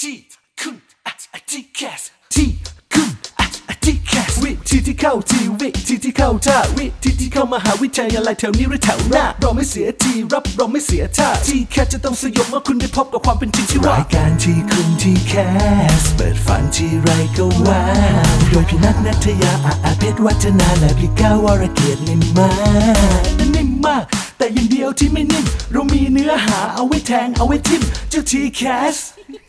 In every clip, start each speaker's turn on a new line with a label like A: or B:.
A: ที่คุณอ่ะอ่ะที่แคสที่คุณอ่ะอ่ะที่แคสวิธีที่เข้าทีวิธีที่เข้าท่าวิธีที่เข้ามหาวิทยาลัยแถวนี้หรือแถวหน้าเราไม่เสียทีรับเราไม่เสียท่าที่แคสจะต้องสยบเมื่อคุณได้พบกับความเป็นจริงที่ว่ารายการที่คุณที่แคสเปิดฝันที่ไรก็ว่าโดยพี่นัทนัทยาอาอาเพชรวัฒนาและพี่ก้าวรเกียรตินิ่มมากนิ่มมาก แต่อยังเดียวที่ไม่นิ่มเรามีเนื้อหาเอาไว้แทงเอาไว้ทิมเจ้าทีแคส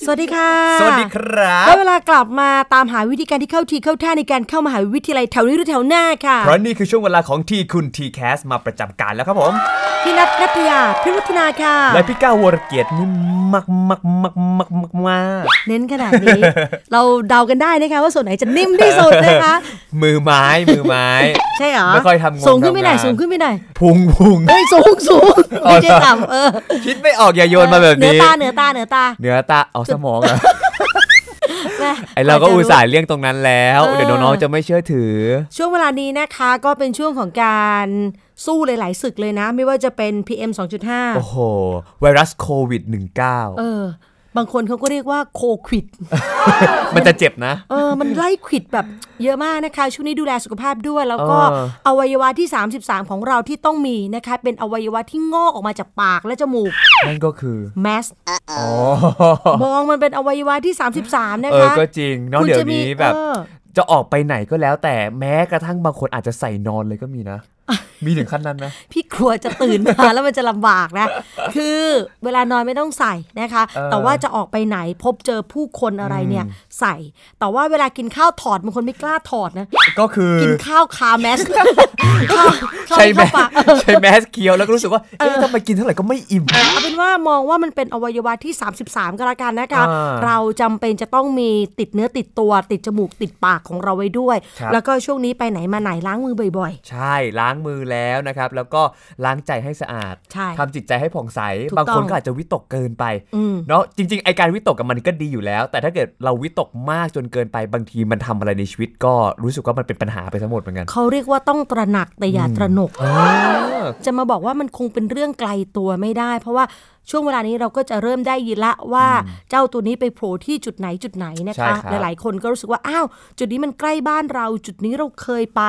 B: สวัสดีค่ะ
C: สวัสดีครับ
B: ได้เวลากลับมาตามหาวิธีการที่เข้าทีเข้าท่าในการเข้ามหาวิทยาลัยแถวนี้หรือแถวหน้าค่ะ
C: เพราะนี่คือช่วงเวลาของที่คุณทีแคสมาประจำการแล้วครับผม
B: พี่นัทนัทยาพิรัตนาค่ะ
C: และพี่ก้าววรเกียรตินี่มากมากมากมากมากมาก
B: เน้นขนาดนี้ เราเดากันได้นะคะว่าส่วนไหนจะนิ่มที่สุดนะคะ
C: มือไม้มือไม้
B: ใช่เหรอ
C: ไม่ค่อยทำงง
B: สูงขึ้นไปหน่อย
C: ทำงาน
B: สูงขึ้นไปหน่อย
C: พุงพุง
B: เอ้ยสูงสูง
C: อ๋อ
B: ไม่ใช่
C: เหรอ
B: ต่ำเออ
C: คิดไม่ออกอย่าโยนมาแบบ
B: เหนือ
C: นี้
B: ตาเหนือตาเหนือตา
C: เนื้อตาเอาสมองเหรอ
B: แม่
C: ไอเราก็
B: จจะ
C: อุตส่าห์เลี่ยงตรงนั้นแล้ว
B: เออ
C: เดี๋ยวน้องๆจะไม่เชื่อถือ
B: ช่วงเวลานี้นะคะก็เป็นช่วงของการสู้หลาย ๆ ศึกเลยนะ ไม่ว่าจะเป็น PM 2.5
C: โอ้โห ไวรัสโควิด
B: เอ
C: -19
B: อบางคนเขาก็เรียกว่าโคควิด
C: มันจะเจ็บนะ
B: เอ อ มันไล่ควิดแบบเยอะมากนะคะ ช่วงนี้ดูแลสุขภาพด้วย แล้วก็
C: เออ
B: อวัยวะที่ 33 ของเราที่ต้องมีนะคะ เป็นอวัยวะที่งอกออกมาจากปากและจมูก
C: นั่นก็คือ
B: แมส
C: อ๋อ
B: มองมันเป็นอวัยวะที่ 33 นะ
C: เออ
B: คะ
C: ก็จริงเนอะ
B: คุณ
C: เดี๋ย
B: จะ
C: ว
B: มี
C: นี้แบบ
B: เออ
C: จะออกไปไหนก็แล้วแต่แม้กระทั่งบางคนอาจจะใส่นอนเลยก็มี นะ มีถึงขั้นนั้นนะ
B: พี่กลัวจะตื่นมา แล้วมันจะลำบากนะ คือเวลานอนไม่ต้องใส่นะคะ
C: เออ
B: แต่ว่าจะออกไปไหนพบเจอผู้คนอะไรเนี่ยใส่ แต่ว่าเวลากินข้าวถอดบางคนไม่กล้าถอดนะ
C: ก็คือ
B: กินข้าวคาแมส ข้าวข้าว
C: ใช้
B: ไม่เข้า
C: แมส
B: ปาก
C: ใช้แมสเคี้ยวแล้วก็รู้สึกว่า เอ๊ะทำไมกินเท่าไหร่ก็ไม่อิ่ม
B: เอาเป็นว่ามองว่ามันเป็นอวัยวะที่ 33 ก็แล้วกันนะคะ
C: อ่า
B: เราจำเป็นจะต้องมีติดเนื้อติดตัวติดจมูกติดปากของเราไว้ด้วย
C: ครับ
B: แล้วก็ช่วงนี้ไปไหนมาไหนล้างมือบ่อย
C: ใช่ล้างมือแล้วนะครับ แล้วก็ล้างใจให้สะอาด
B: ใช่
C: ทำจิตใจให้ผ่องใส
B: ถูก
C: บางคน
B: ต้อง
C: ก็อาจจะวิตกเกินไป
B: อืม
C: เนาะจริง ๆ ไอการวิตกกับมันก็ดีอยู่แล้ว แต่ถ้าเกิดเราวิตกมากจนเกินไปบางทีมันทำอะไรในชีวิตก็รู้สึกว่ามันเป็นปัญหาไปทั้งหมดเหมือนกัน
B: ๆ เขาเรียกว่าต้องตระหนักแต่อย่าตระหนก
C: เออ
B: จะมาบอกว่ามันคงเป็นเรื่องไกลตัวไม่ได้ เพราะว่าช่วงเวลานี้เราก็จะเริ่มได้ยินละว่าเจ้าตัวนี้ไปโผล่ที่จุดไหนจุดไหนนะ
C: ใช่
B: คะ
C: ครับ
B: หลายๆ คนก็รู้สึกว่าอ้าวจุดนี้มันใกล้บ้านเราจุดนี้เราเคยไป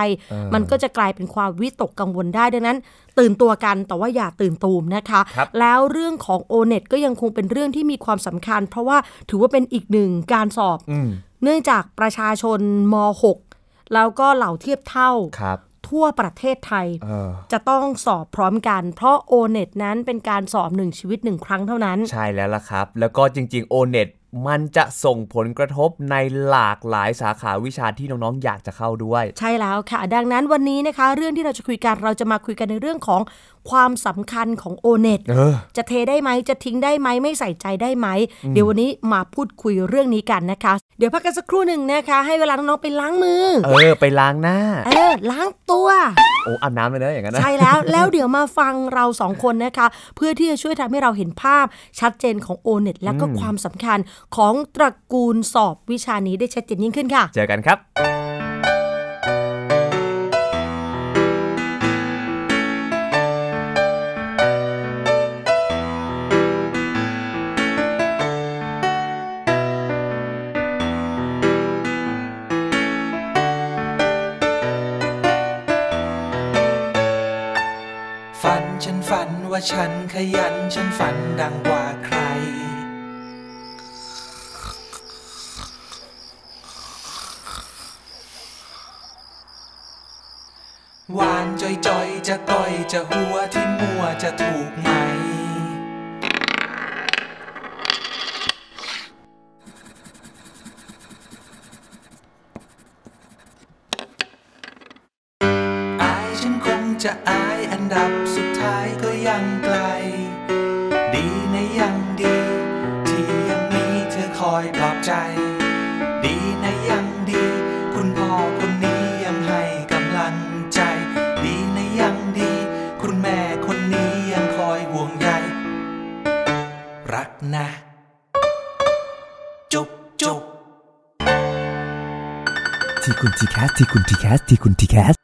B: มันก็จะกลายเป็นความวิตกกังวลได้ดังนั้น ตื่นตัวกันแต่ว่าอย่าตื่นตูมนะคะ
C: ครับ
B: แล้วเรื่องของ o n e t ก็ยังคงเป็นเรื่องที่มีความสำคัญ เพราะว่าถือว่าเป็นอีกหนึ่งการสอบ
C: อืม
B: เนื่องจากประชาชนม .6 แล้วก็เหล่าเทียบเท่า
C: ครับ
B: ทั่วประเทศไทย
C: เออ
B: จะต้องสอบพร้อมกัน เพราะ o n e t นั้นเป็นการสอบหนึ่งชีวิตหนึ่งครั้งเท่านั้น
C: ใช่แล้วล่ะครับ แล้วก็จริง ๆ O-NET มันจะส่งผลกระทบในหลากหลายสาขาวิชาที่น้อง ๆ อยากจะเข้าด้วย
B: ใช่แล้วค่ะ ดังนั้นวันนี้นะคะ เรื่องที่เราจะคุยกันเราจะมาคุยกันในเรื่องของความสำคัญของ o n e t
C: เออ
B: จะเทได้ไหมจะทิ้งได้ไหมไม่ใส่ใจได้ไหม เดี๋ยววันนี้มาพูดคุยเรื่องนี้กันนะคะ เดี๋ยวพักกันสักครู่หนึ่งนะคะ ให้เวลาน้องๆไปล้างมือ
C: เออ ไปล้างหน้า
B: เออล้างตัว
C: โอ้อาบน้ำเลยนะอย่างนั้นนะ
B: ใช่แล้ว แล้วเดี๋ยวมาฟังเราสองคนนะคะ เพื่อที่จะช่วยทำให้เราเห็นภาพชัดเจนของ o n e t และก็ความสำคัญของตระกูลสอบวิชานี้ได้ชัดเจนยิ่งขึ้นค่ะ
C: เจอกันครับ
D: ฝันฉันฝันว่าฉันขยัน ฉันฝันดังกว่าใคร หวานจอยจอยๆจะก้อยจะหัวที่มัวจะถูกไหม อายฉันคงจะอายอันดับสุดท้ายก็ยังไกล ดีนะยังดี ที่ยังมีเธอคอยปลอบใจ ดีนะยังดี คุณพ่อคนนี้ยังให้กำลังใจ ดีนะยังดี คุณแม่คนนี้ยังคอยห่วงใยรักนะ จุ๊บจุ๊บ
C: ทีคุณทีแคสทีคุณทีแคสทีคุณทีแคส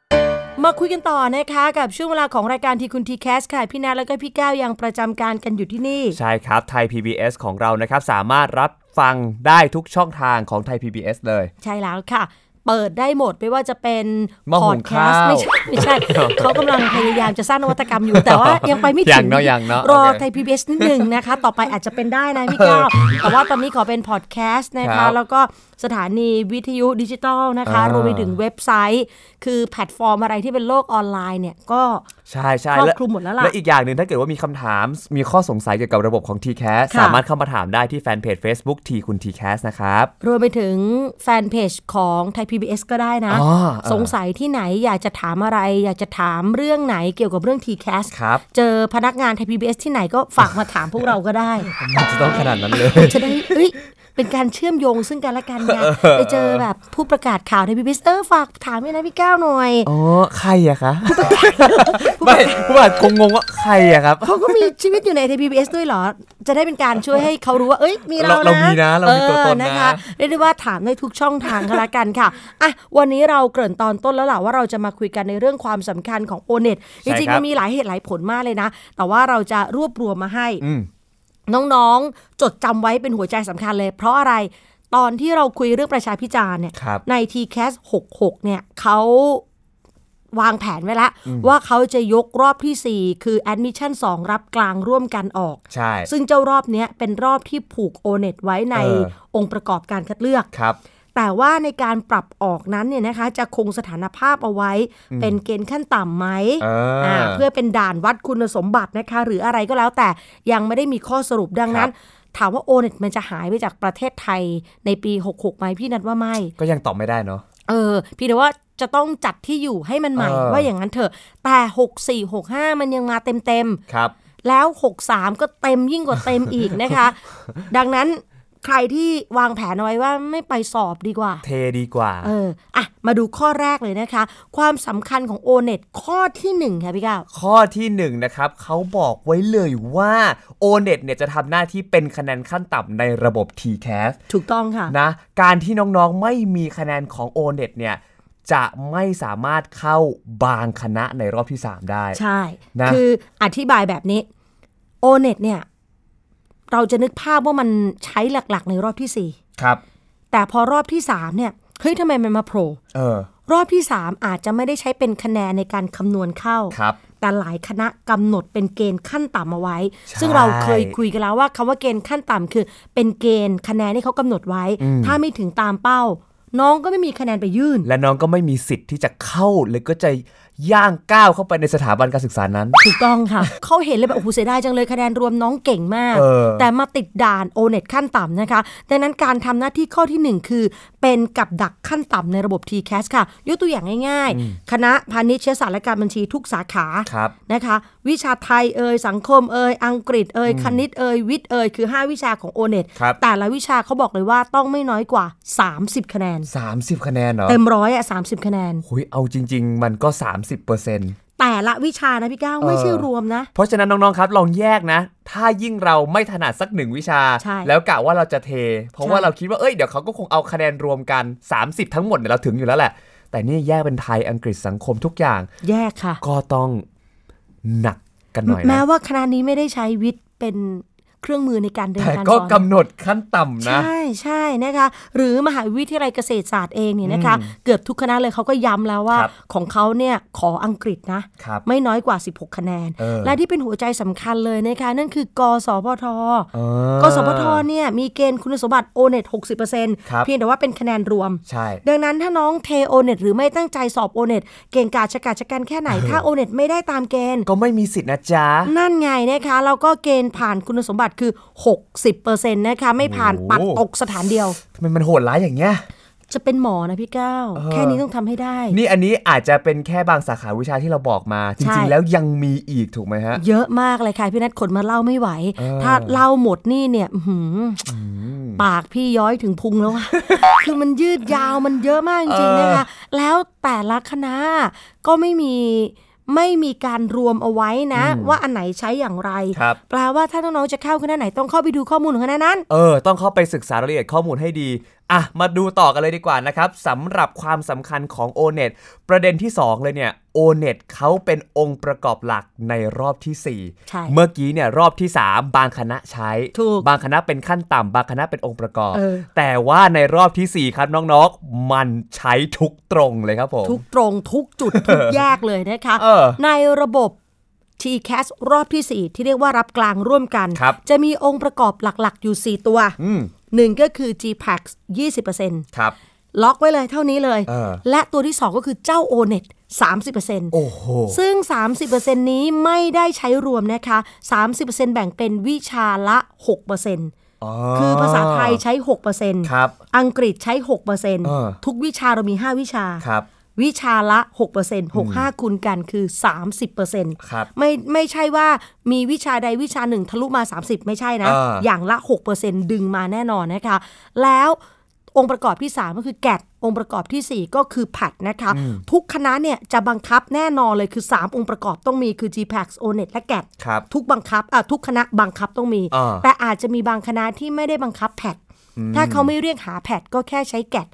B: ม มาคุยกันต่อนะคะกับช่วงเวลาของรายการทีคุณทีแคสค่ะ พี่นัทแล้วก็พี่ก้าวยังประจำการกันอยู่ที่นี่
C: ใช่ครับไทย PBS ของเรานะครับ สามารถรับฟังได้ทุกช่องทางของไทย PBS เลย
B: ใช่แล้วค่ะ เปิดได้หมดไม่ว่าจะเป็น
C: หม้อหุงข้าว
B: พอดแคสต์ไม่ใช่ไม่ ใช่ เขากำลังพยายามจะสร้างนวัตกรรมอยู่ แต่ว่ายังไปไม่
C: อย่า
B: ถึ
C: ง
B: ง
C: เนาะอย่างเนาะ
B: รอ
C: โอเค
B: ไทยพีบีเอสนิดหนึ่งนะคะ ต่อไปอาจจะเป็นได้นะพี่ ก้าวแต่ว่าตอนนี้ขอเป็นพอดแคสต์นะ
C: ครั
B: คะ
C: บ
B: แล้วก็สถานีวิทยุดิจิตอลนะคะ
C: อ่าร ร
B: วมไปถึงเว็บไซต์ คือแพลตฟอร์มอะไรที่เป็นโลกออนไลน์เนี่ยก็
C: ใช่ใช่
B: ครอบคลุมหมดแล้วล่ะ
C: และอีกอย่างหนึ่งถ้าเกิดว่ามีคำถามมีข้อสงสัยเกี่ยวกับระบบของ t c a s
B: ค่ะ
C: สามารถเข้ามาถามได้ที่แฟนเพจ Facebook T คุณ t c a s นะครับ
B: รวมไปถึงแฟนเพจของไทย PBS ก็ได้นะ
C: อ๋อเออ
B: สงสัยที่ไหนอยากจะถามอะไร อยากจะถามเรื่องไหนเกี่ยวกับเรื่อง TCAS
C: ครับ
B: เจอพนักงานไทย PBS ที่ไหนก็ฝากมาถามพวกเราก็ได้
C: มันจะต้องขนาดนั้นเลย
B: จะได้เอ้ยเป็นการเชื่อมโยงซึ่งกันและกันไงไปเจอแบบผู้ประกาศข่าวไทย PBS เออฝากถามให้นะพี่ก้าวหน่อย
C: อ๋อ ใครอะ คะไม่ผู้บาดคงงงว่าใครอะครับ
B: เขาก็มีชีวิตอยู่ในไทย PBS ด้วยเหรอ จะได้เป็นการช่วยให้เขารู้ว่า เอ้ย มีเรา
C: เราเรามีนะเรามีตัวตนนะ
B: เออคะเรียกได้ว่าถามได้ทุกช่องทางก็แล้วกันค่ะ อ่ะ วันนี้เราเกริ่นตอนต้นแล้วล่ะว่าเราจะมาคุยกันในเรื่องความสำคัญของโอเน็ตจริงๆมันมีหลายเหตุหลายผลมากเลยนะ แต่ว่าเราจะรวบรวมมาให้ น้องๆ จดจำไว้เป็นหัวใจสำคัญเลย เพราะอะไรตอนที่เราคุยเรื่องประชาพิจารณ์เนี่ย
C: ครับ
B: ใน t c a s 66 เนี่ยเขาวางแผนไว้แล้ว ว่าเขาจะยกรอบทีสี่ 4 คือ Admission 2 รับกลางร่วมกันออก
C: ใช่
B: ซึ่งเจ้ารอบเนี้ยเป็นรอบที่ผูก o n e t ไว้ใน
C: เออ
B: องค์ประกอบการคัดเลือก
C: ครับ
B: แต่ว่าในการปรับออกนั้นเนี่ยนะคะจะคงสถานภาพเอาไว้ เป็นเกณฑ์ขั้นต่ำไหม
C: เอออ่
B: าเพื่อเป็นด่านวัดคุณสมบัตินะคะ หรืออะไรก็แล้วแต่ยังไม่ได้มีข้อสรุปดังนั้น ถามว่าโอเน็ตมันจะหายไปจากประเทศไทยในปี 66ไหมพี่นัดว่าไม่
C: ก็ยังตอบไม่ได้เนาะ
B: เออพี่แต่ว่าจะต้องจัดที่อยู่ให้มันใหม่
C: เออ
B: ว่าอย่างนั้นเถอะแต่ 64 65 มันยังมาเต็มเต็มๆ
C: ครับ
B: แล้ว 63 ก็เต็มยิ่งกว่าเต็มอีกนะคะ ดังนั้นใครที่วางแผนเอาไว้ว่าไม่ไปสอบดีกว่า
C: เทดีกว่า
B: เออ อ่ะ มาดูข้อแรกเลยนะคะ ความสำคัญของ o n e t ข้อที่ 1 ค่ะพี่ก้าว
C: ข้อที่หนึ่งนะครับเขาบอกไว้เลยว่า o n e t เนี่ยจะทำหน้าที่เป็นคะแนนขั้นต่ำในระบบ t c a s
B: ถูกต้องค่ะ
C: นะการที่น้องๆไม่มีคะแนนของ o n e t เนี่ย จะไม่สามารถเข้าบางคณะในรอบที่ 3 ได้
B: ใช่
C: นะ
B: คืออธิบายแบบนี้ o n e t เนี่ย เราจะนึกภาพว่ามันใช้หลักๆ ในรอบทีสี่
C: ครับ
B: 4 แต่พอรอบที่ 3 เนี่ย เฮ้ยทำไมมันมาโผล่
C: เออ
B: รอบที่ 3 อาจจะไม่ได้ใช้เป็นคะแนนในการคำนวณเข้า
C: ครับ
B: แต่หลายคณะกำหนดเป็นเกณฑ์ขั้นต่ำเอาไว้
C: ใช่
B: ซึ่งเราเคยคุยกันแล้วว่าคำว่าเกณฑ์ขั้นต่ำคือ เป็นเกณฑ์คะแนนที่เขากำหนดไว้ ถ้าไม่ถึงตามเป้า น้องก็ไม่มีคะแนนไปยื่น
C: และน้องก็ไม่มีสิทธิ์ที่จะเข้าหรือก็จะย่างก้าวเข้าไปในสถาบันการศึกษานั้น
B: ถูกต้องค่ะ เขาเห็นเลยแบบโอ้โหเสียดายจังเลยคะแนนรวมน้องเก่งมาก
C: เออ
B: แต่มาติดด่านโอเน็ตขั้นต่ำนะคะดังนั้นการทำหน้าที่ข้อทีหนึ่งคือ เป็นกับดักขั้นต่ำในระบบ t c a s ค่ะ ยกตัวอย่างง่ายๆ คณะพาณิชยศาสตร์และการบัญชีทุกสาขา
C: ครับ
B: นะคะวิชาไทยเอ่ยสังคมเอ่ยอังกฤษเอ่ยคณิตเอ่ยวิทย์เอ่ยคือ 5 วิชาของ o n e t
C: ครับ
B: แต่ละวิชาเขาบอกเลยว่าต้องไม่น้อยกว่า 30 คะแนน
C: 30 คะแนนเหรอ
B: เต็มร้อยอะ30 คะแนน
C: หุยเอาจริง ๆ มันก็ 30%เปอร์เซ็นต์
B: แต่ละวิชานะพี่ก้าว
C: เออ
B: ไม่ใช่รวมนะ
C: เพราะฉะนั้นน้อง ๆ ครับ ลองแยกนะ ถ้ายิ่งเราไม่ถนัดสักหนึ่งวิชา
B: ใช่
C: แล้วกะว่าเราจะเท เพราะว่า
B: ใช่
C: เราคิดว่า เอ้ย เดี๋ยวเขาก็คงเอาคะแนนรวมกัน 30 ทั้งหมดเนี่ยเราถึงอยู่แล้วแหละ แต่นี่แยกเป็นไทย อังกฤษ สังคมทุกอย่าง
B: แยกค่ะ
C: ก็ต้องหนักกันหน่อย
B: แม้
C: นะ
B: ว่าคณะนี้ไม่ได้ใช้วิทย์เป็นเครื่องมือในการเรียน
C: แต่
B: การ
C: ก็
B: สอน
C: กำหนดขั้นต่ำนะ
B: ใช่ใช่นะคะ หรือมหาวิทยาลัยเกษตรศาสตร์เองเนี่ยนะคะ เกือบทุกคณะเลยเขาก็ย้ำแล้วว่า
C: ครับ
B: ของเขาเนี่ยขออังกฤษนะ
C: ครับ
B: ไม่น้อยกว่า 16 คะแนน
C: เออ
B: และที่เป็นหัวใจสำคัญเลยนะคะ นั่นคือกสพท
C: อก
B: สพทเนี่ยมีเกณฑ์คุณสมบัติโอเน็ต60%
C: ครับ
B: เพียงแต่ว่าเป็นคะแนนรวม
C: ใช่
B: ดังนั้นถ้าน้องเทโอเน็ตหรือไม่ตั้งใจสอบโอเน็ตเก่งกาจชะกาจชะกันแค่ไหน ถ้าโอเน็ตไม่ได้ตามเกณฑ์
C: ก็ไม่มีสิทธิ์นะจ๊ะ
B: นั่นไงนะคะแล้วก็เกณฑ์ผ่านคุณสมบัติคือ 60%นะคะไม่ผ่านปัด
C: โอ้โห
B: ตกสถานเดียว
C: ทำไมมันโหดร้ายอย่างเงี้ย
B: จะเป็นหมอนะพี่ก้าว แค่นี้ต้องทำให้ได้
C: นี่อันนี้อาจจะเป็นแค่บางสาขาวิชาที่เราบอกมา จ
B: ใช่
C: ริง ๆ แล้วยังมีอีกถูกไหมฮะ
B: เยอะมากเลยค่ะ พี่นัทขนมาเล่าไม่ไหว ถ้าเล่าหมดนี่เนี่ยอื้อหืออปากพี่ย้อยถึงพุงแล้วอะ คือมันยืดยาวมันเยอะมากจริงๆนะคะ แล้วแต่ละคณะก็ไม่มีไม่มีการรวมเอาไว้นะ ว่าอันไหนใช้อย่างไร
C: ครับ
B: แปลว่าถ้าน้องๆจะเข้าคณะไหนต้องเข้าไปดูข้อมูลของคณะนั้น
C: เออ ต้องเข้าไปศึกษารายละเอียดข้อมูลให้ดี อ่ะมาดูต่อกันเลยดีกว่านะครับสำหรับความสำคัญของ o n e t ประเด็นที่ 2 เลยเนี่ย o n e t เขาเป็นองค์ประกอบหลักในรอบทีสี่
B: ใช่
C: 4 เมื่อกี้เนี่ยรอบที่ 3 บางคณะใช้
B: ถูก
C: บางคณะเป็นขั้นต่ำบางคณะเป็นองค์ประกอบ
B: เออ
C: แต่ว่าในรอบทีสี่4 ครับน้องๆ มันใช้ทุกตรงเลยครับผม
B: ทุกตรงทุกจุด ทุกแยกเลยนะคะ
C: เออ
B: ในระบบ TCAS รอบทีสี่ 4 ที่เรียกว่ารับกลางร่วมกัน
C: ครับ
B: จะมีองค์ประกอบหลักๆ อยู่ 4 ตัว
C: อืม
B: หนึ่งก็คือ GPAX 20%
C: ครับ
B: ล็อกไว้เลยเท่านี้เลย
C: เออ
B: และตัวที่ 2 ก็คือเจ้า o n e t 30%
C: โอ้โห
B: ซึ่ง 30%นี้ไม่ได้ใช้รวมนะคะ 30%แบ่งเป็นวิชาละ 6%คือภาษาไทยใช้ 6%
C: ครับ
B: อังกฤษใช้
C: เออ
B: 6%ทุกวิชาเรามี 5 วิชา
C: ครับ
B: วิชาละ 6% 65 คูณกันคือ 30%
C: ครับ
B: ไม่ไม่ใช่ว่ามีวิชาใดวิชาหนึ่งทะลุมา 30 ไม่ใช่นะ
C: อ่า
B: อย่างละ 6%ดึงมาแน่นอนนะคะ แล้วองค์ประกอบที่ 3 ก็คือแกดองค์ประกอบทีสี่ 4 ก็คือผัดนะคะ ทุกคณะเนี่ยจะบังคับแน่นอนเลยคือ 3 องค์ประกอบต้องมีคือ GPAX ONET และแกด
C: ครับ
B: ทุกบังคับอ่ะทุกคณะบังคับต้องมี
C: อ่า
B: แต่อาจจะมีบางคณะที่ไม่ได้บังคับแพดถ้าเขาไม่เรียกหาแพดก็แค่ใช้แกด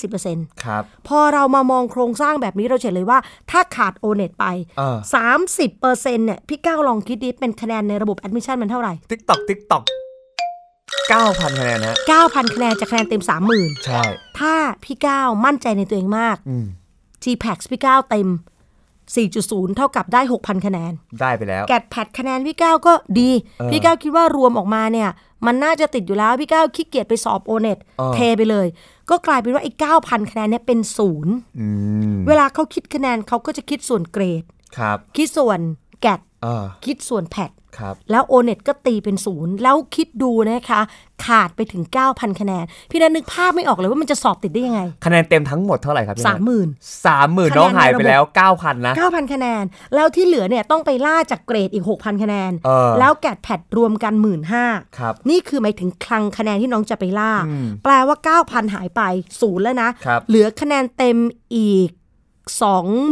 B: 50%
C: ครับ
B: พอเรามามองโครงสร้างแบบนี้เราจะเห็นเลยว่า ถ้าขาด o n e t ไป
C: อ่า
B: 30%เนี่ยพี่ก้าวลองคิดดิเป็นคะแนนในระบบแอดมิชชั่นมันเท่าไหร่
C: ติ๊กตอกติ๊กตอกเก้าพันคะแนนนะ
B: 9,000 คะแนนจากคะแนนเต็ม 30,000
C: ใช่
B: ถ้าพี่ก้าวมั่นใจในตัวเองมาก
C: อืม
B: GPAX พี่ก้าวเต็ม 4.0 เท่ากับได้ 6,000 คะแนน
C: ได้ไปแล้ว
B: แกดแพดคะแนนพี่ก้าวก็ดี พี่ก้าวคิดว่ารวมออกมาเนี่ย มันน่าจะติดอยู่แล้ว พี่ก้าวขี้เกียจไปสอบโอเน็ต
C: อ่า
B: เทไปเลย ก็กลายเป็นว่าไอ้9,000 คะแนนเนี่ยเป็นศูนย์
C: อืม
B: เวลาเขาคิดคะแนนเขาก็จะคิดส่วนเกรด
C: ครับ
B: คิดส่วนแกด
C: อ่า
B: คิดส่วนแพด
C: ครับ
B: แล้ว o n e t ก็ตีเป็นศูนย์แล้วคิดดูนะคะ ขาดไปถึง 9,000 คะแนน พี่นันนึกภาพไม่ออกเลยว่ามันจะสอบติดได้ยังไง
C: คะแนนเต็มทั้งหมดเท่าไหร่ครับพี่
B: สามหมื่น
C: สามหมื่น
B: คะแนน
C: น้องหายไป
B: ในระบบ
C: แล้วเก้าพันนะ
B: 9,000 คะแนน แล้วที่เหลือเนี่ยต้องไปล่าจากเกรดอีก 6,000 คะแนน
C: เออ
B: แล้วแกดแพดรวมกัน 1 5ื่น
C: ครับ
B: นี่คือหมายถึงคลังคะแนนที่น้องจะไปล่า แปลว่า 9,000 หายไปศูนย์แล้วนะ
C: ครับ
B: เหลือคะแนนเต็มอีก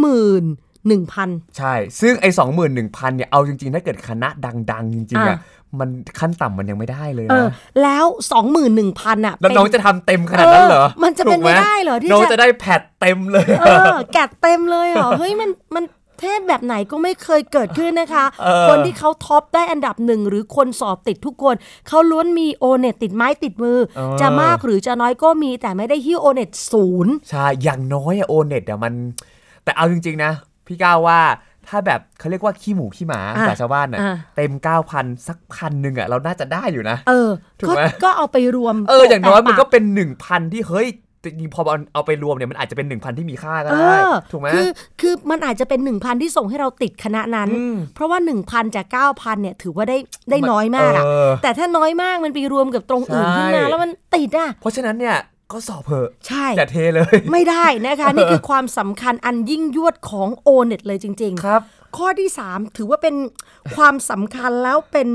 B: 21,000
C: ใช่ ซึ่งไอ้สองหมื่นหนึ่งพันเนี่ย เอาจริง ๆ ถ้าเกิดคณะดัง ๆ จริง ๆ อ่ะ
B: อ่ะ
C: มันขั้นต่ำมันยังไม่ได้เลย
B: เออ
C: นะ
B: แล้ว 21,000อ่ะ
C: แล้ว
B: เป็
C: น้องจะทำเต็มขนาดนั้นเหรอ
B: เออมันจะเป็น
C: ถูกห
B: ไปได้เหรอที่จะ
C: น้องจะได้แพทเต็มเลย
B: เออแกะเต็มเลยเหรอ เฮ้ยมันมันเทพแบบไหนก็ไม่เคยเกิดขึ้นนะคะ
C: เออ
B: คนที่เขาท็อปได้อันดับหนึ่งหรือคนสอบติดทุกคน เขาล้วนมีโอเน็ตติดไม้ติดมือ
C: เออ
B: จะมากหรือจะน้อยก็มีแต่ไม่ได้ฮิ้วโอเน็ตศูนย์
C: ใช่ อย่างน้อยอะโอเน็ตอะมัน แต่เอาจริง ๆ นะ พี่ก้าวว่าถ้าแบบเขาเรียกว่าขี้หมูขี้หมา
B: อ่ะ
C: ภาษาชาวบ้านน่ะ
B: อ่ะ
C: เต็ม 9,000 สักพันหนึ่งอะเราน่าจะได้อยู่นะ
B: เออ
C: ถูก
B: ก็
C: ไหม
B: ก็เอาไปรวม
C: เออ อย่างน้อย
B: แปด
C: มันก็
B: ปา
C: เป็น 1,000 ที่เฮ้ยจริงๆพอเอาเอาไปรวมเนี่ยมันอาจจะเป็น 1,000 ที่มีค่าก็
B: เอ
C: ได้
B: อ
C: ถูกไหม
B: คือคือมันอาจจะเป็น 1,000 ที่ส่งให้เราติดคณะนั้น เพราะว่า 1,000 จาก 9,000 เนี่ย ถือว่าได้ได้น้อยมากอะ
C: เออ
B: แต่ถ้าน้อยมากมันไปรวมกับตรงอื่นขึ้นมา
C: ใช่
B: แล้วมันติดอ่ะ
C: เพราะฉะนั้นเนี่ยก็สอบเถอะ
B: ใช่
C: อย่าเทเลย
B: ไม่ได้นะคะ นี่คือความสำคัญอันยิ่งยวดของ o n e t เลยจริง ๆ
C: ครับ
B: ข้อที่ 3 ถือว่าเป็นความสำคัญแล้วเป็น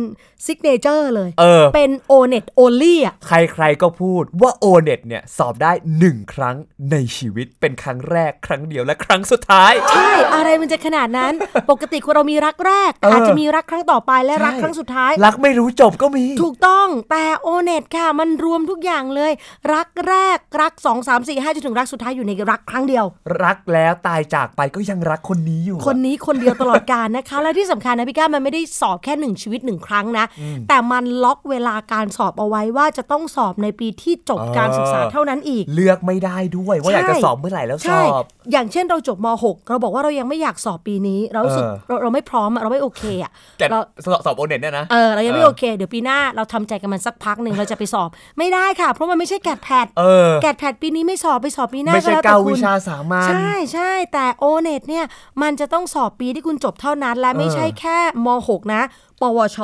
B: ซิกเนเจอร์เลย
C: เออ
B: เป็น o n e t only อ่ะ
C: ใครๆก็พูดว่า o n e t เนี่ยสอบได้ 1 ครั้งในชีวิตเป็นครั้งแรกครั้งเดียวและครั้งสุดท้าย
B: ใช่ อะไรมันจะขนาดนั้น ปกติคนเรามีรักแรก
C: เอออ
B: อาจจะมีรักครั้งต่อไปและรักครั้งสุดท้าย
C: รักไม่รู้จบก็มี
B: ถูกต้องแต่โอเน็ตค่ะ มันรวมทุกอย่างเลย รักแรกรัก 2 3 4 5จนถึงรักสุดท้ายอยู่ในรักครั้งเดียว
C: รักแล้วตายจากไปก็ยังรักคนนี้อยู่อะ
B: คนนี้คนเดียวตลอดการนะคะ และที่สำคัญนะพี่ก้ามันไม่ได้สอบแค่หนึ่งชีวิตหนึ่งครั้งนะ แต่มันล็อกเวลาการสอบเอาไว้ว่าจะต้องสอบในปีที่จบ
C: เออ
B: การศึกษาเท่านั้นอีก
C: เลือกไม่ได้ด้วยว่าอยากจะ
B: ใช่
C: สอบเมื่อไหร่แล้วส
B: ใช่
C: อบ
B: อย่างเช่นเราจบม .6 เราบอกว่าเรายังไม่อยากสอบปีนี้ เรารู้สึก
C: เออ
B: เราเราไม่พร้อมอะเราไม่โอเคอะ
C: แต่
B: เรา
C: สอบสอบโอเน็ตเนี่ยนะ
B: เออเรายังไม่โอเค เดี๋ยวปีหน้าเราทำใจกันมันสักพักหนึ่งเราจะไปสอบ ไม่ได้ค่ะ เพราะมันไม่ใช่แกดแพด
C: เออ
B: แกดแพดปีนี้ไม่สอบไปสอบปีหน้า
C: ไม่ใช่
B: แล้วแต่
C: เก้า
B: คุณ
C: วิชาสามัญ
B: ใช่ใช่แต่โอเน็ตเนี่ย มันจะต้องสอบปีที่คุณจบเท่านั้น และไม่ใช่แค่ม .6 นะ ปวช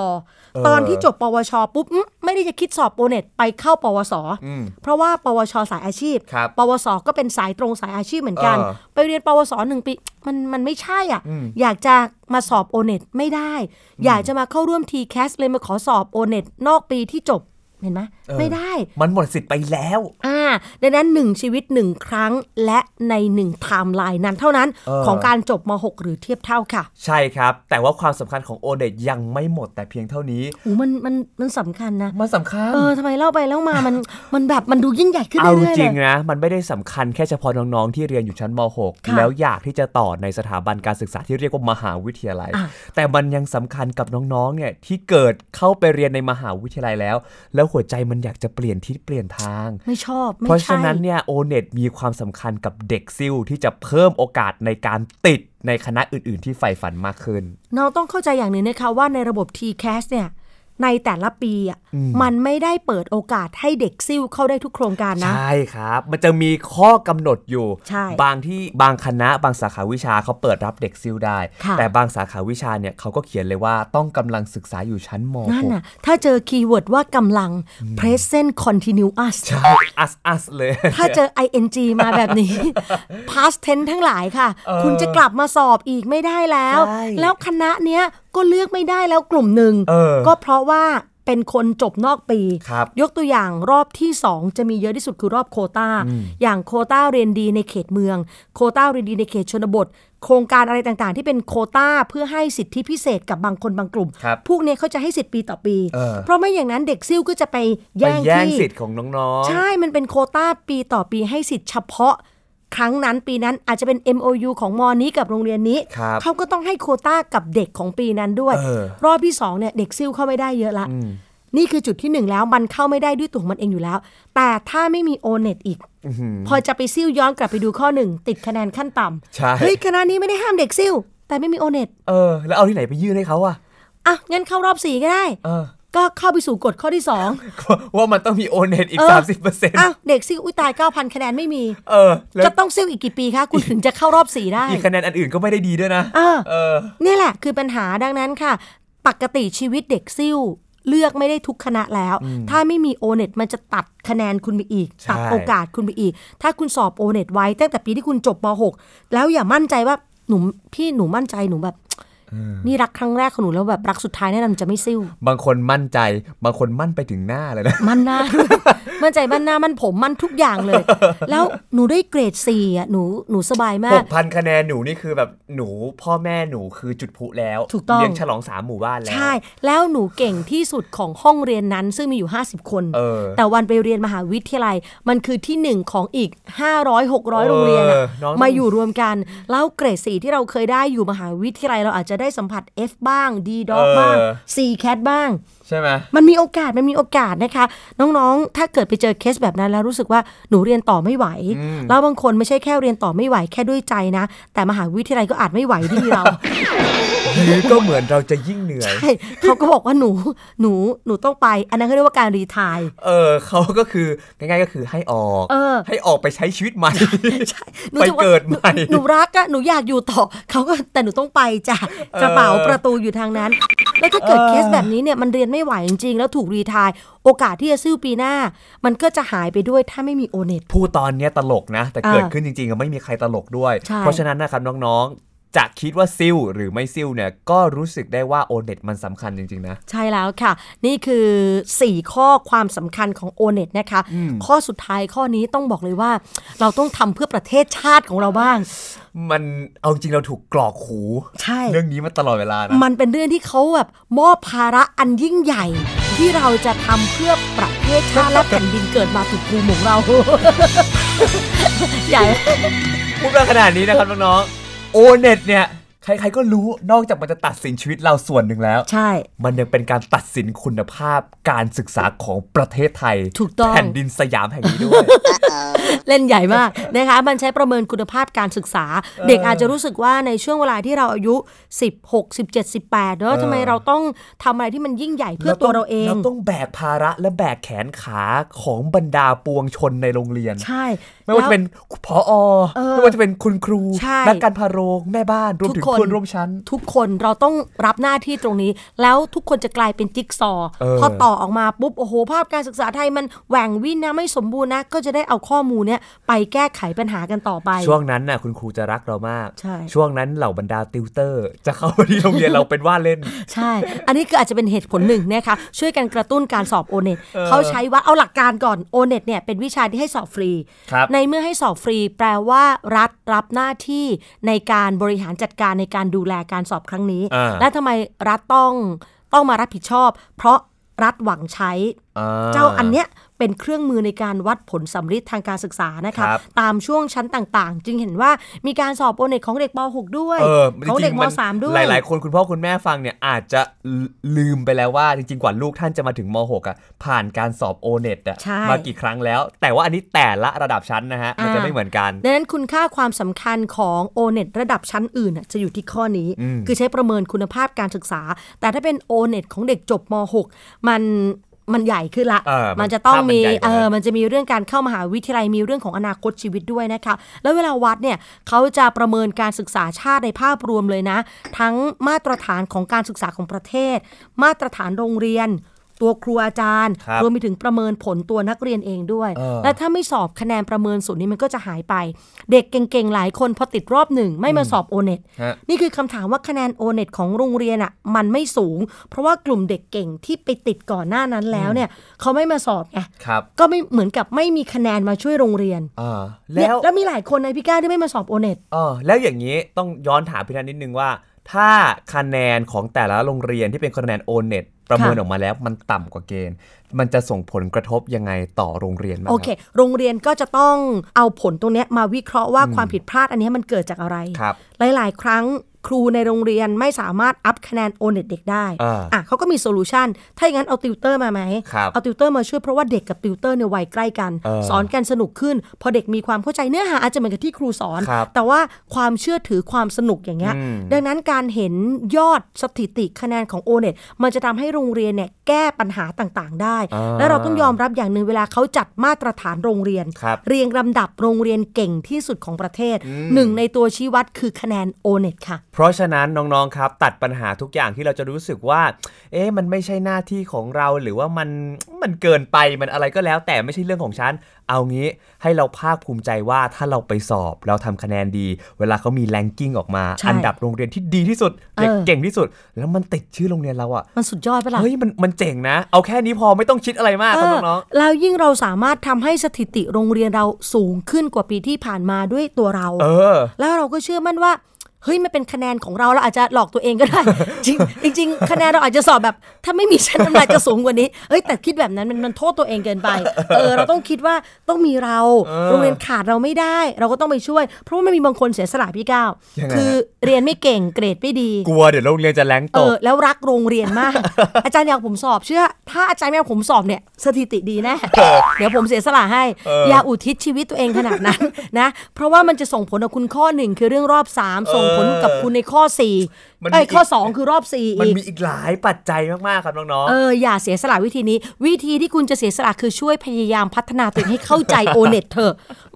B: ตอนที่จบปวช ปุ๊บอื้อไม่ได้จะคิดสอบโอเน็ตไปเข้าปวส เพราะว่าปวช สายอาชีพ
C: ครับ
B: ปวส ก็เป็นสายตรงสายอาชีพเหมือนกัน
C: เออ
B: ไปเรียนปวสหนึ่งปีมันมันไม่ใช่อ่ะ อยากจะมาสอบโอเน็ตไม่ได้ อยากจะมาเข้าร่วม t c a s เลยมาขอสอบโอเน็ตนอกปีที่จบเห็นไหม
C: เออ
B: ไม่ได้
C: มันหมดสิทธิ์ไปแล้ว
B: อ่า ดังนั้น 1 ชีวิต 1 ครั้งและใน1ไทม์ไลน์นั้นเท่านั้น
C: เออ
B: ของการจบม .6 หรือเทียบเท่าค่ะ
C: ใช่ครับ แต่ว่าความสำคัญของโอเน็ตยังไม่หมดแต่เพียงเท่านี้
B: อูมันมันมันสำคัญนะ
C: มันสำคัญ
B: เออทำไมเล่าไปเล่ามามันมันแบบมันดูยิ่งใหญ่ขึ้น
C: เอา
B: เรื่อยๆ
C: จ
B: เล
C: ริง
B: ย
C: นะ มันไม่ได้สำคัญแค่เฉพาะน้องๆที่เรียนอยู่ชั้นม
B: ค่ะ
C: .6 แล้วอยากที่จะต่อในสถาบันการศึกษาที่เรียกว่ามหาวิทยาลัย แต่มันยังสำคัญกับน้องๆเนี่ยที่เกิดเข้าไปเรียนในมหาวิทยาลัยแล้ว แล้วหัวใจมันอยากจะเปลี่ยนทิศเปลี่ยนทาง
B: ไม่ชอบไม่
C: เพราะ
B: ใช่
C: ฉะนั้นเนี่ยโอเน็ตมีความสำคัญกับเด็กซิ่วที่จะเพิ่มโอกาสในการติดในคณะอื่น ๆ ที่ใฝ่ฝันมากขึ้น
B: น้องต้องเข้าใจอย่างหนึ่งนะคะว่าในระบบ t c a s เนี่ยในแต่ละปีอ่ะมันไม่ได้เปิดโอกาสให้เด็กซิ่วเข้าได้ทุกโครงการนะ
C: ใช่ครับ มันจะมีข้อกำหนดอยู่
B: ใช่
C: บางที่บางคณะบางสาขาวิชาเขาเปิดรับเด็กซิลได้
B: ค่ะ
C: แต่บางสาขาวิชาเนี่ยเขาก็เขียนเลยว่าต้องกำลังศึกษาอยู่ชั้นม
B: นั่น
C: .6
B: น่ะ ถ้าเจอคีย์เวิร์ดว่ากำลัง present continuous
C: ใช่ us us เลย
B: ถ้าเจอ ing มาแบบนี้ past tense ทั้งหลายค่ะ คุณจะกลับมาสอบอีกไม่ได้แล้ว
C: ใช่
B: แล้วคณะเนี้ยก็เลือกไม่ได้แล้วกลุ่มหนึ่ง
C: เออ
B: ก็เพราะว่าเป็นคนจบนอกปี
C: ครับ
B: ยกตัวอย่างรอบที่ 2 จะมีเยอะที่สุดคือรอบโควตา้า อย่างโควต้าเรียนดีในเขตเมือง โควต้าเรียนดีในเขตชนบท โครงการอะไรต่างๆ ที่เป็นโควต้าเพื่อให้สิทธิพิเศษกับบางคนบางกลุ่ม
C: ครับ
B: พวกเนี้ยเขาจะให้สิทธิ์ปีต่อปี
C: เออ
B: เพราะไม่อย่างนั้นเด็กซิ่วก็จะไป
C: ไป
B: แย่ง
C: แย่ง
B: ที่
C: สิทธิ์ของน้องๆ
B: ใช่ มันเป็นโควต้าปีต่อปีให้สิทธิ์เฉพาะ ครั้งนั้นปีนั้นอาจจะเป็น MOU ของมอนี้กับโรงเรียนนี้
C: ครับ
B: เขาก็ต้องให้โควต้ากับเด็กของปีนั้นด้วย
C: เออ
B: รอบที่สองเนี่ยเด็กซิ่วเข้าไม่ได้เยอะละ นี่คือจุดที่หนึ่งแล้วมันเข้าไม่ได้ด้วยตัวของมันเองอยู่แล้ว แต่ถ้าไม่มีโอเน็ตอีก พอจะไปซิ่วย้อนกลับไปดูข้อหนึ่งติดคะแนนขั้นต่
C: ใช่
B: ำเฮ้ยคณะนี้ไม่ได้ห้ามเด็กซิ่วแต่ไม่มีโอเน็ต
C: เออ แล้วเอาที่ไหนไปยื่นให้เขาอะ
B: อ่ะงั้นเข้ารอบสี่ก็ได้
C: เอ อ
B: ก็เข้าไปสู่กฎข้อที่สอง
C: ว่ามันต้องมีโอเน็ตอีก
B: เออ
C: 30%เ
B: อ้าวเด็กซิ่วอุ้ยตาย9,000คะแนนไม่มี
C: ออ แล้ว
B: จะต้องซิ่วอีกกี่ปีคะ คุณถึงจะเข้ารอบสี่ได้
C: อีกคะแนนอันอื่นก็ไม่ได้ดีด้วยนะ
B: เออ
C: เออ
B: นี่แหละคือปัญหาดังนั้นค่ะ ปกติชีวิตเด็กซิ่วเลือกไม่ได้ทุกคณะแล้ว ถ้าไม่มีโอเน็ตมันจะตัดคะแนนคุณไปอีก
C: ใช่
B: ตัดโอกาสคุณไปอีก ถ้าคุณสอบโอเน็ตไว้ตั้งแต่ปีที่คุณจบม .6 แล้วอย่ามั่นใจว่าหนูพี่หนูมั่นใจหนูแบบ นี่รักครั้งแรกของหนูแล้วแบบรักสุดท้ายแน่นอนจะไม่ซิ่ว
C: บางคนมั่นใจ บางคนมั่นไปถึงหน้าเลยนะ
B: มันหน้า มั่นใจมันหน้ามันผมมันทุกอย่างเลย แล้วหนูได้เกรดสี่อ่ะหนูหนูสบายมา
C: ห
B: ก
C: กพันคะแนนหนูนี่คือแบบหนูพ่อแม่หนูคือจุดพลุแล้ว
B: ถูกต้อง
C: เลี้ยงฉลองสามหมู่บ้านแล้ว
B: ใช่ แล้วหนูเก่งที่สุดของห้องเรียนนั้นซึ่งมีอยู่ 50 คน
C: เออ
B: แต่วันไปเรียนมหาวิทยาลัย มันคือที่หนึ่งของอีก 500 600 โรงเรียนอะ
C: เออน้อง
B: มาอยู่รวมกัน แล้วเกรดสีที่เราเคยได้อยู่มหาวิทยาลัย เราอาจจะได้สัมผัส F บ้าง D ด็อกบ้าง C cat บ้าง
C: ใช่ไหม
B: มันมีโอกาส มันมีโอกาสนะคะ น้องๆ ถ้าเกิดไปเจอเคสแบบนั้นแล้วรู้สึกว่าหนูเรียนต่อไม่ไหว แล้วบางคนไม่ใช่แค่เรียนต่อไม่ไหวแค่ด้วยใจนะ แต่มหาวิทยาลัยก็อาจไม่ไหวที่เรา
C: หรือก็เหมือนเราจะยิ่งเหนื่อย
B: ใช่เขาก็บอกว่าหนูหนูหนูต้องไป อันนั้นเขาเรียกว่าการรีไทาย
C: เออเขาก็คือง่ายๆก็คือให้ออก
B: เออ
C: ให้ออกไปใช้ชีวิตใหม่
B: ใช่
C: ไป
B: จะบอก
C: เกิดใหม่
B: นูหนูรักอะหนูอยากอยู่ต่อเขาก็แต่หนูต้องไปจ้ะกระเป๋า
C: เออ
B: ประตูอยู่ทางนั้น แล้วถ้าเกิดเคสแบบนี้เนี่ยมันเรียนไม่ไหวจริงๆ แล้วถูกรีไทายโอกาสที่จะซิ้วปีหน้า มันก็จะหายไปด้วยถ้าไม่มีโอเน็ต
C: พูดตอนเนี้ยตลกนะ แต่
B: อ่า
C: เกิดขึ้นจริงๆอะไม่มีใครตลกด้วย
B: ใช่
C: เพราะฉะนั้นนะครับน้องๆ จะคิดว่าซิ่วหรือไม่ซิ่วเนี่ยก็รู้สึกได้ว่าโอเน็ตมันสำคัญจริงๆนะ
B: ใช่แล้วค่ะ นี่คือ 4 ข้อความสำคัญของ o n e t นะคะ ข้อสุดท้ายข้อนี้ต้องบอกเลยว่า เราต้องทำเพื่อประเทศชาติของเราบ้าง
C: มันเอาจริงเราถูกกรอกหู
B: ใช่
C: เรื่องนี้มาตลอดเวลานะ
B: มันเป็นเรื่องที่เขาแบบมอบภาระอันยิ่งใหญ่ ที่เราจะทำเพื่อประเทศชาติ และแผ่นดินเกิดมาถูกภูมิของเรา ใหญ่
C: พูดมาขนาดนี้นะครับน้องๆโอเน็ตเนี่ย ใครๆก็รู้นอกจากมันจะตัดสินชีวิตเราส่วนหนึ่งแล้ว
B: ใช่
C: มันยังเป็นการตัดสินคุณภาพการศึกษาของประเทศไทย
B: ถูกต้อง
C: แผ่นดินสยามแห่งนี้ด้วย
B: เล่นใหญ่มากนะคะ มันใช้ประเมินคุณภาพการศึกษา เด็กอาจจะรู้สึกว่าในช่วงเวลาที่เราอายุ 16 17 18เนอะทำไมเราต้องทำอะไรที่มันยิ่งให ญ่เพื่อตัวเราเอง
C: เราต้องแบกภาระและแบกแขนขาของบรรดาปวงชนในโรงเรียน
B: ใช่
C: ไม่ว่าจะเป็น
B: แล้
C: ผออไม่ว่าจะเป็นคุณครู
B: ใช่
C: นักการพาโรงแม่บ้านรวมถึง
B: ทุกคน
C: เพื่อนร่วมชั้น
B: ทุกคนเราต้องรับหน้าที่ตรงนี้ แล้วทุกคนจะกลายเป็นจิ๊กซอว์
C: เออ
B: พอต่อออกมาปุ๊บโอ้โหภาพการศึกษาไทยมันแหว่งวินนะไม่สมบูรณ์นะ ก็จะได้เอาข้อมูลเนี่ยไปแก้ไขปัญหากันต่อไป
C: ช่วงนั้นน่ะคุณครูจะรักเรามาก
B: ใช่
C: ช่วงนั้นเหล่าบรรดาติวเตอร์ จะเข้ามาที่โรงเรียนเราเป็นว่าเล่น
B: ใช่ อันนี้คืออาจจะเป็นเหตุผลหนึ่งนะคะ ช่วยกันกระตุ้นการสอบโอเน็ตเขาใช้ว่าเอาหลักการก่อนโอเน็ตเนี่ยเป็นวิชาที่ให้สอบฟรี
C: ครับ
B: ในเมื่อให้สอบฟรี แปลว่ารัฐรับหน้าที่ในการบริหารจัดการในการดูแลการสอบครั้งนี้
C: อ่า
B: และทำไมรัฐต้องต้องมารับผิดชอบ เพราะรัฐหวังใช้
C: อ่
B: เจ้าอันเนี้ยเป็นเครื่องมือในการวัดผลสัมฤทธิ์ทางการศึกษานะคะ
C: ครับ
B: ตามช่วงชั้นต่างๆ จึงเห็นว่ามีการสอบโอเน็ตของเด็กป .6 ด้วย
C: เออ
B: ของเด็ก
C: จริ
B: ม
C: ๆน
B: .3 ด้วย
C: หลาย ๆ คนคุณพ่อคุณแม่ฟังเนี่ยอาจจะลืลืมไปแล้วว่าจริง ๆ กว่าลูกท่านจะมาถึงม .6 อ่ะผ่านการสอบโอเน็ตอ่ะ
B: ใช่
C: มากี่ครั้งแล้ว แต่ว่าอันนี้แต่ละระดับชั้นนะฮะมัน
B: อ่า
C: จะไม่เหมือนกัน
B: ดังนั้นคุณค่าความสำคัญของ o n e t ระดับชั้นอื่นน่ะจะอยู่ที่ข้อนี้
C: อืม
B: คือใช้ประเมินคุณภาพการศึกษา แต่ถ้าเป็น o n e t ของเด็กจบม .6 มันมันใหญ่ขึ้นละ
C: เออมัน
B: มันจะต้อง
C: ภาพมัน
B: มี
C: ใหญ่กว่านั้น
B: เออมันจะมีเรื่องการเข้ามหาวิทยาลัยมีเรื่องของอนาคตชีวิตด้วยนะคะ แล้วเวลาวัดเนี่ยเขาจะประเมินการศึกษาชาติในภาพรวมเลยนะ ทั้งมาตรฐานของการศึกษาของประเทศ มาตรฐานโรงเรียน ตัวครูอาจารย์
C: ครับ
B: รวมไปถึงประเมินผลตัวนักเรียนเองด้วย
C: เออ
B: และถ้าไม่สอบคะแนนประเมินส่วนนี้มันก็จะหายไป เด็กเก่งๆ หลายคนพอติดรอบหนึ่งไม่มาสอบโอเน็ต
C: ฮะ
B: นี่คือคำถามว่าคะแนนโอเน็ตของโรงเรียนอ่ะมันไม่สูง เพราะว่ากลุ่มเด็กเก่งที่ไปติดก่อนหน้านั้นแล้วเนี่ยเขาไม่มาสอบไง
C: ครับ
B: ก็ไม่เหมือนกับไม่มีคะแนนมาช่วยโรงเรียน
C: อ่า
B: เนี่ย
C: แล้ว
B: แล้วมีหลายคนในพี่ก้าวที่ไม่มาสอบโอเน็ต
C: เออแล้วอย่างนี้ต้องย้อนถามพี่นันนิดนึงว่า ถ้าคะแนนของแต่ละโรงเรียนที่เป็นคะแนนโอเน็ตประเมิน
B: ค่ะ
C: ออกมาแล้วมันต่ำกว่าเกณฑ์ มันจะส่งผลกระทบยังไงต่อโรงเรียนบ้าง
B: โอ
C: รับ
B: เค โรงเรียนก็จะต้องเอาผลตรงเนี้ยมาวิเคราะห์ว่าความผิดพลาดอันเนี้ยมันเกิดจากอะไร
C: ครับ
B: หลาย ๆ ครั้งครูในโรงเรียนไม่สามารถอัพคะแนนโอเน็ตเด็กได้
C: อ่า
B: อ่ะเขาก็มีโซลูชันถ้าอย่างนั้นเอาติวเตอร์มาไหม
C: ครับ
B: เอาติวเตอร์มาช่วยเพราะว่าเด็กกับติวเตอร์เนี่ยวัยใกล้กัน
C: เออ
B: สอนกันสนุกขึ้น พอเด็กมีความเข้าใจเนื้อหาอาจจะเหมือนกับที่ครูสอน
C: ครับ
B: แต่ว่าความเชื่อถือความสนุกอย่างเงี้ย
C: อืม
B: ดังนั้นการเห็นยอดสถิติคะแนนของโอเน็ตมันจะทำให้โรงเรียนเนี่ยแก้ปัญหาต่างๆ ได้
C: อ่า
B: แล้วเราต้องยอมรับอย่างหนึ่งเวลาเขาจัดมาตรฐานโรงเรียน
C: ครับ
B: เรียงลำดับโรงเรียนเก่งที่สุดของประเทศ หนึ่งในตัวชี้วัดคือคะแนนโอเน็ตค่ะ
C: เพราะฉะนั้นน้องๆ ครับ ตัดปัญหาทุกอย่างที่เราจะรู้สึกว่า เอ๊ะมันไม่ใช่หน้าที่ของเราหรือว่ามันมันเกินไปมันอะไรก็แล้ว แต่ไม่ใช่เรื่องของฉัน เอางี้ให้เราภาคภูมิใจว่าถ้าเราไปสอบเราทำคะแนนดี เวลาเขามีแรงกิ้งออกมา
B: ใช่
C: อันดับโรงเรียนที่ดีที่สุดเด็ก
B: เออ
C: เก่งที่สุด แล้วมันติดชื่อโรงเรียนเราอะ
B: มันสุดยอดไปะล่ะ
C: เฮ้ยมันมันเจ๋งนะ เอาแค่นี้พอไม่ต้องคิดอะไรมากครับน้อง
B: เออแล้วยิ่งเราสามารถทำให้สถิติโรงเรียนเราสูงขึ้นกว่าปีที่ผ่านมาด้วยตัวเรา
C: ๆเออ
B: แล้วเราก็เชื่อมั่นว่า เฮ้ย มันเป็นคะแนนของเราเราอาจจะหลอกตัวเองก็ได้ จริงจริง ๆ คะแนนเราอาจจะสอบแบบ ถ้าไม่มีฉันน้ำลายจะสูงกว่านี้ เอ้ยแต่คิดแบบนั้นมันมันโทษตัวเองเกินไป เออ เราต้องคิดว่าต้องมีเรา โรงเรียนขาดเราไม่ได้ เราก็ต้องไปช่วย เพราะว่ามันมีบางคนเสียสละพี่ก้าว
C: ยังไงฮะ
B: คือเรียนไม่เก่งเกรดไม่ดี
C: กลัวเดี๋ยวโรงเรียนจะแรง
B: เอ
C: ตก
B: อแล้วรักโรงเรียนมาก อาจารย์อยากผมสอบเชื่อ ถ้าอาจารย์ไม่อยากผมสอบเนี่ยสถิติดี แน่ เดี๋ยวผมเสียสละให้ อย่าอุทิศชีวิตตัวเองขนาดนั้น นะ เพราะว่ามันจะส่งผลกับคุณข้อหนึ่งคือเรื่องรอบ 3 ส่งผลกับคุณในข้อ
C: มัน
B: 4ไอ้ย
C: มีอีก
B: ข้อ 2 คือรอบ 4
C: มัน
B: อีก
C: มีอีกหลายปัจจัยมากๆครับน้อง
B: เอออย่าเสียสละวิธีนี้ วิธีที่คุณจะเสียสละคือช่วยพยายามพัฒนาตัวเองให้เข้าใจโอเน็ตเธอะ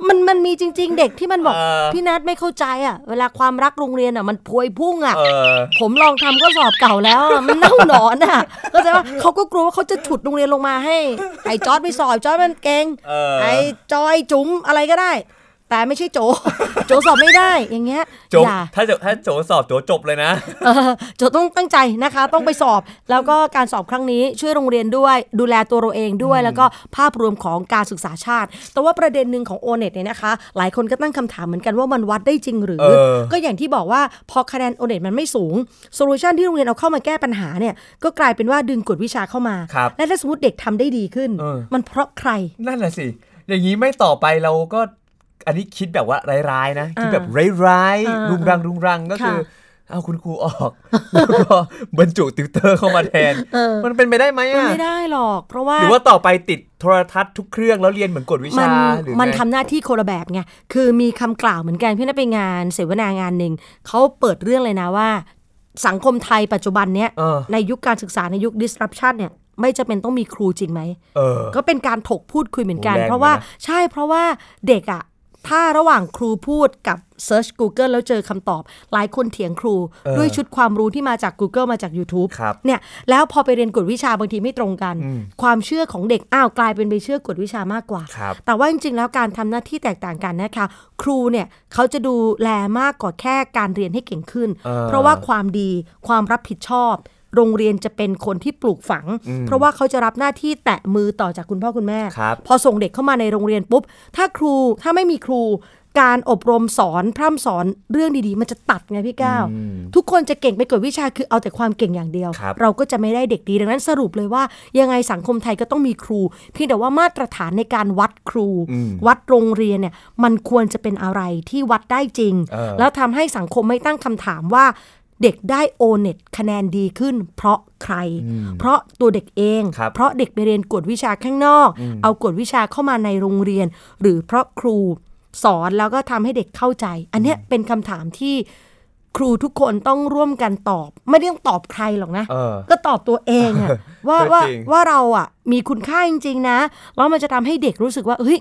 B: มันมันมีจริง ๆ เด็กที่มันบอกพี่นัทไม่เข้าใจอ่ะเวลาความรักโรงเรียนอ่ะมันพวยพุ่งอ่ะ
C: ๆเออ
B: ผมลองทำข้อสอบเก่าแล้วอะ มันเน่าหนอนอ่ะก็จะว่าเขาก็กลัวว่าเขาจะฉุดโรงเรียนลงมาให้ ไอ้จอร์ดไม่สอบจอร์ดมันเก่ง
C: เออ
B: ไอ้จอยจุ๋มอะไรก็ได้ แต่ไม่ใช่โจ โจสอบไม่ได้อย่างเงี้ย
C: โจ
B: อย่า
C: ถ้าโจถ้าโจสอบโจจบเลยนะ
B: เออโจ ต้องตั้งใจนะคะ ต้องไปสอบ แล้วก็การสอบครั้งนี้ช่วยโรงเรียนด้วย ดูแลตัวเราเองด้วย แล้วก็ภาพรวมของการศึกษาชาติ แต่ว่าประเด็นหนึ่งของโอเน็ตเนี่ยนะคะ หลายคนก็ตั้งคำถามเหมือนกันว่ามันวัดได้จริงหรือ
C: เออ
B: ก็อย่างที่บอกว่าพอคะแนนโอเน็ตมันไม่สูงโซลูชันที่โรงเรียนเอาเข้ามาแก้ปัญหาเนี่ยก็กลายเป็นว่าดึงกฎวิชาเข้ามา
C: ครับ
B: และถ้าสมมติเด็กทำได้ดีขึ้น
C: เออ
B: มันเพราะใคร
C: นั่นแหละสิ อย่างนี้ไม่ต่อไปเราก็อันนี้คิดแบบว่าร้ายๆนะ
B: อ่า
C: คิดแบบร้าย
B: อ่า
C: ๆรุงรังรุงรังก็
B: ค่ะ
C: คือ เอาคุณครูออก แล้วก็บรรจุติวเตอร์เข้ามาแทน
B: เออ
C: มันเป็นไปได้ไหม
B: มัน
C: อ่ะ
B: ไม่ได้หรอก เพราะว่า
C: หรือว่าต่อไปติดโทรทัศน์ทุกเครื่องแล้วเรียนเหมือนกฎวิ
B: มั
C: ชาน หรือ
B: มัน
C: ไง
B: ทำหน้าที่คนละแบบไง คือมีคำกล่าวเหมือนกันพี่นัทไปงานเสวนางานหนึ่ง เขาเปิดเรื่องเลยนะว่า สังคมไทยปัจจุบันเนี้ย
C: เออ
B: ในยุคการศึกษาในยุค disruption เนี่ยไม่จะเป็นต้องมีครูจริงไหม
C: เออ
B: ก็เป็นการถกพูดคุยเหมือนกัน
C: โอ้แรง
B: เพราะว่า
C: เหมือนกันนะ
B: ใช่เพราะว่าเด็กอ่ะ ถ้าระหว่างครูพูดกับ Search Google แล้วเจอคำตอบ หลายคนเถียงครู
C: เออ
B: ด้วยชุดความรู้ที่มาจาก Google มาจาก YouTube
C: ครับ
B: เนี่ยแล้วพอไปเรียนกฎวิชาบางทีไม่ตรงกัน
C: อืม
B: ความเชื่อของเด็กอ้าวกลายเป็นไปเชื่อกฎวิชามากกว่า
C: ครับ
B: แต่ว่าจริงๆ แล้วการทำหน้าที่แตกต่างกันนะคะ ครูเนี่ยเขาจะดูแลมากกว่าแค่การเรียนให้เก่งขึ้น
C: เออ
B: เพราะว่า ความดีความรับผิดชอบ โรงเรียนจะเป็นคนที่ปลูกฝัง เพราะว่าเขาจะรับหน้าที่แตะมือต่อจากคุณพ่อคุณแม่
C: ครับ
B: พอส่งเด็กเข้ามาในโรงเรียนปุ๊บ ถ้าครูถ้าไม่มีครู การอบรมสอนพร่ำสอนเรื่องดีๆ มันจะตัดไงพี่ก้าวทุกคนจะเก่งไปกว่าวิชาคือเอาแต่ความเก่งอย่างเดียว
C: ครับ
B: เราก็จะไม่ได้เด็กดีดังนั้นสรุปเลยว่า ยังไงสังคมไทยก็ต้องมีครู เพียงแต่ว่ามาตรฐานในการวัดครู วัดโรงเรียนเนี่ยมันควรจะเป็นอะไรที่วัดได้จริง
C: เออ
B: แล้วทำให้สังคมไม่ตั้งคำถามว่า เด็กได้โอเน็ตคะแนนดีขึ้น เพราะใคร เพราะตัวเด็กเอง
C: ครับ
B: เพราะเด็กไปเรียนกวดวิชาข้างนอก เอากวดวิชาเข้ามาในโรงเรียน หรือเพราะครูสอนแล้วก็ทำให้เด็กเข้าใจ อันเนี้ยเป็นคำถามที่ครูทุกคนต้องร่วมกันตอบ ไม่ได้ต้องตอบใครหรอกนะ
C: เออ
B: ก็ตอบตัวเอง อะ ว่า
C: ก็
B: ว่า
C: จริง
B: ว่าเราอะมีคุณค่าจริงๆนะแล้วมันจะทำให้เด็กรู้สึกว่าเฮ้ย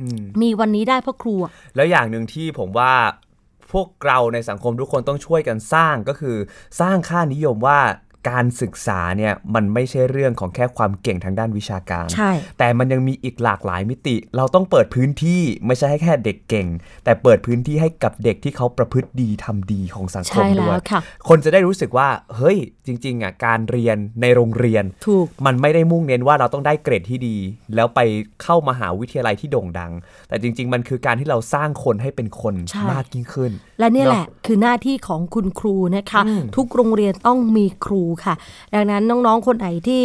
C: อืม
B: มีวันนี้ได้เพราะครูอะ
C: แล้วอย่างหนึ่งที่ผมว่าพวกเราในสังคมทุกคนต้องช่วยกันสร้างก็คือ สร้างค่านิยมว่าการศึกษาเนี่ยมันไม่ใช่เรื่องของแค่ความเก่งทางด้านวิชาการ
B: ใช่
C: แต่มันยังมีอีกหลากหลายมิติ เราต้องเปิดพื้นที่ไม่ใช่ให้แค่เด็กเก่ง แต่เปิดพื้นที่ให้กับเด็กที่เขาประพฤติดีทำดีของสังค
B: ใช่
C: มด้
B: แล้ววย ค่ะ
C: คนจะได้รู้สึกว่า เฮ้ย จริง ๆอ่ะการเรียนในโรงเรียน
B: ถูก
C: มันไม่ได้มุ่งเน้นว่าเราต้องได้เกรดที่ดี แล้วไปเข้ามหาวิทยาลัยที่โด่งดัง แต่จริง ๆ มันคือการที่เราสร้างคนให้เป็นคน
B: ใช่
C: มากยิ่งขึ้น
B: และเนี่ย
C: เนอะ
B: แหละคือหน้าที่ของคุณครูนะคะ ทุกโรงเรียนต้องมีครูค่ะ ดังนั้นน้องๆคนไหนที่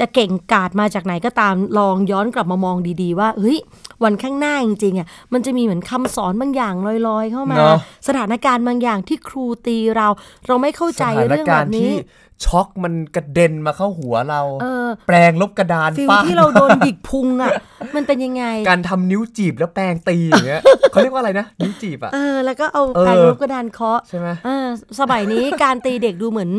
B: จะเก่งกาจมาจากไหนก็ตามลองย้อนกลับมามองดีๆ ว่าเฮ้ยวันข้างหน้าจริงๆอ่ะมันจะมีเหมือนคำสอนบางอย่างลอยๆ เข้ามา
C: เนอะ
B: สถานการณ์บางอย่างที่ครูตีเรา เราไม่เข้าใจ
C: สถาน
B: เรื่อง
C: กา
B: แบ
C: ร
B: บ
C: ณ์
B: นี้
C: ที่ช็อกมันกระเด็นมาเข้าหัวเรา
B: เออ
C: แปลงลบกระดาน
B: ฟิล
C: ฟด
B: ที่เราโดนหยิกพุง อ่ะ มันเป็นยังไง
C: การทำนิ้วจีบแล้วแปลงตีอย่างเงี้ย เขาเรียกว่าอะไรนะ นิ้วจีบอ่ะ
B: เออแล้วก็เอา
C: เออ
B: แปรงลบกระดานเคาะ
C: ใช่ไหม
B: เออสมัยนี้ การตีเด็กดูเหมือน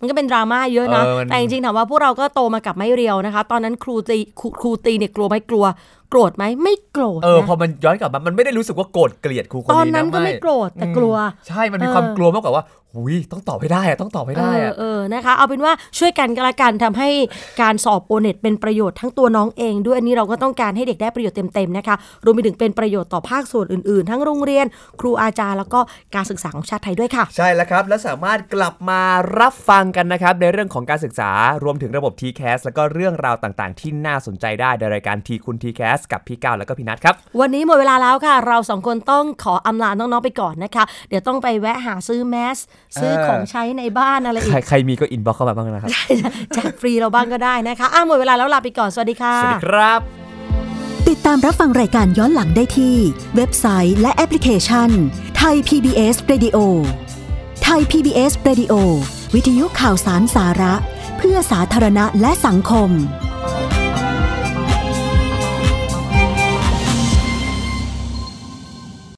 B: มันก็เป็นดราม่าเยอะนะ
C: เออมัน
B: แต่จริงๆถามว่าพวกเราก็โตมากับไม้เรียวนะคะ ตอนนั้นครูตีครูครูตีเนี่ยกลัวไหมกลัว โกรธไหมไม่โกรธ
C: เออ
B: นะ
C: พอมันย้อนกลับมามันไม่ได้รู้สึกว่าโกรธเกลียดครูคน
B: ตอน
C: นี้นะ
B: นั้นก็ไม่โกรธแต่กลัว
C: ใช่มันมีความ
B: เออ
C: กลัวมากกว่าว่าหุยต้องตอบให้ได้อะต้องตอบให้
B: เอ
C: ได้
B: อ
C: อะ
B: เออนะคะ เอาเป็นว่าช่วยกันก็แล้วกันทำให้การสอบโอเน็ตเป็นประโยชน์ทั้งตัวน้องเองด้วยอันนี้เราก็ต้องการให้เด็กได้ประโยชน์เต็มๆนะคะรวมไปถึงเป็นประโยชน์ต่อภาคส่วนอื่นๆ ทั้งโรงเรียน ครูอาจารย์แล้วก็การศึกษาของชาติไทยด้วยค่ะ
C: ใช่แล้วครับ และสามารถกลับมารับฟังกันนะครับ ในเรื่องของการศึกษารวมถึงระบบ TCAS แล้วก็เรื่องราวต่างๆ ที่น่าสนใจได้ในรายการทีคุณ TCAS กับพี่ก้าวแล้วก็พี่นัทครับ
B: วันนี้หมดเวลาแล้วค่ะ เราสองคนต้องขออำลาน้อง ๆ ไปก่อนนะคะ เดี๋ยวต้องไปแวะหาซื้อแมส ซื้อ
C: เออ
B: ของใช้ในบ้านอะไรอี
C: ใคร
B: ก
C: ใครมีก็อินบ็อกเข้ามาบ้างนะครับ
B: แจกฟรีเราบ้างก็ได้นะคะอ่ะหมดเวลาแล้วลาไปก่อน สวัสดีค่ะ
C: สวัสดีครับ
E: ติดตามรับฟังรายการย้อนหลังได้ที่ เว็บไซต์และแอปพลิเคชันไทย PBS Radio ไทย PBS Radio วิทยุข่าวสารสาระ เพื่อสาธารณะและสังคม